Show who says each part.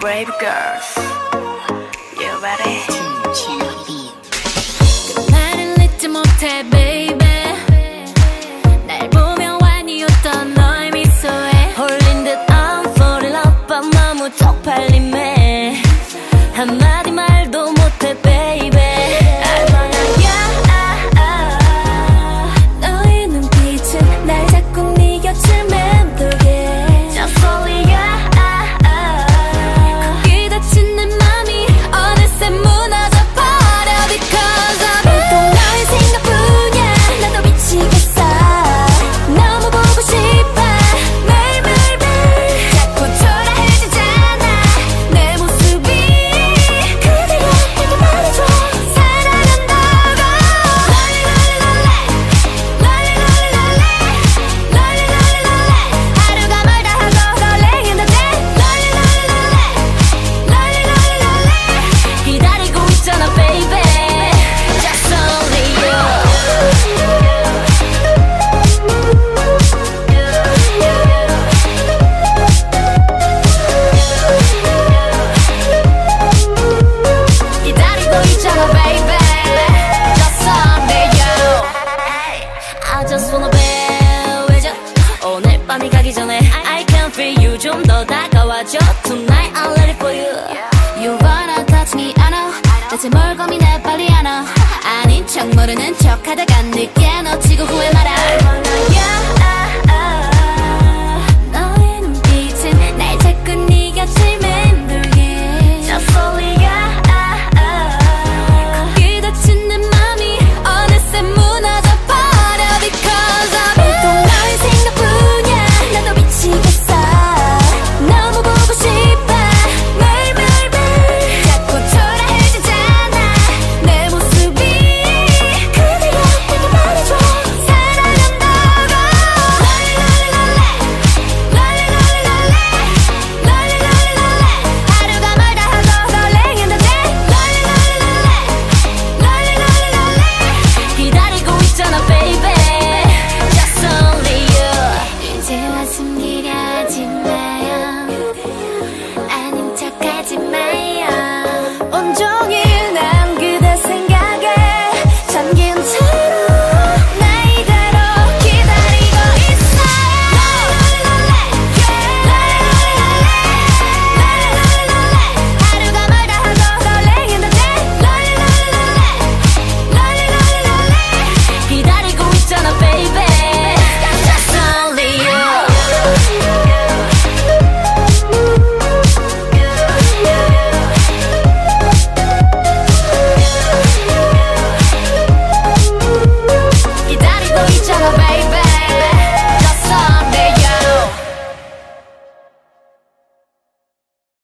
Speaker 1: brave girls. You ready?
Speaker 2: 나를 잊지 못해 baby 날 보며 완이었던 너의 미소에 홀린 듯 I'm fall in love 밤 너무 쪽팔림에 한마디 말도 못해 baby 알만하야 아. 너의 눈빛은 날 자꾸 네 곁을 맴돌게 Just only ya 거기 닫힌 아. 내 맘이 어느새 무너져버려 Because I'm 온통 너의 생각뿐이야 나도 미치겠어 너무 보고 싶어 매일 매일 매일 자꾸 초라해지잖아 내 모습이 그대에게 말해줘 사랑한다고 롤리롤리롤리 롤리롤리롤리 롤리롤리롤리 하루가 멀다 하고 설레겠는데 롤리롤리롤리 롤리롤리롤리 기다리고 있잖아 baby Just only you 기다리고 있잖아 baby Just someday you I just wanna be with you 오늘 밤이 가기 전에 I can feel you 좀 더 다가와줘 Tonight I'll let it for you You wanna touch me I know 대체 뭘 고민해 빨리 안아 아닌 척 모르는 척 하다가 늦게 놓치고 후회 말아 그 아,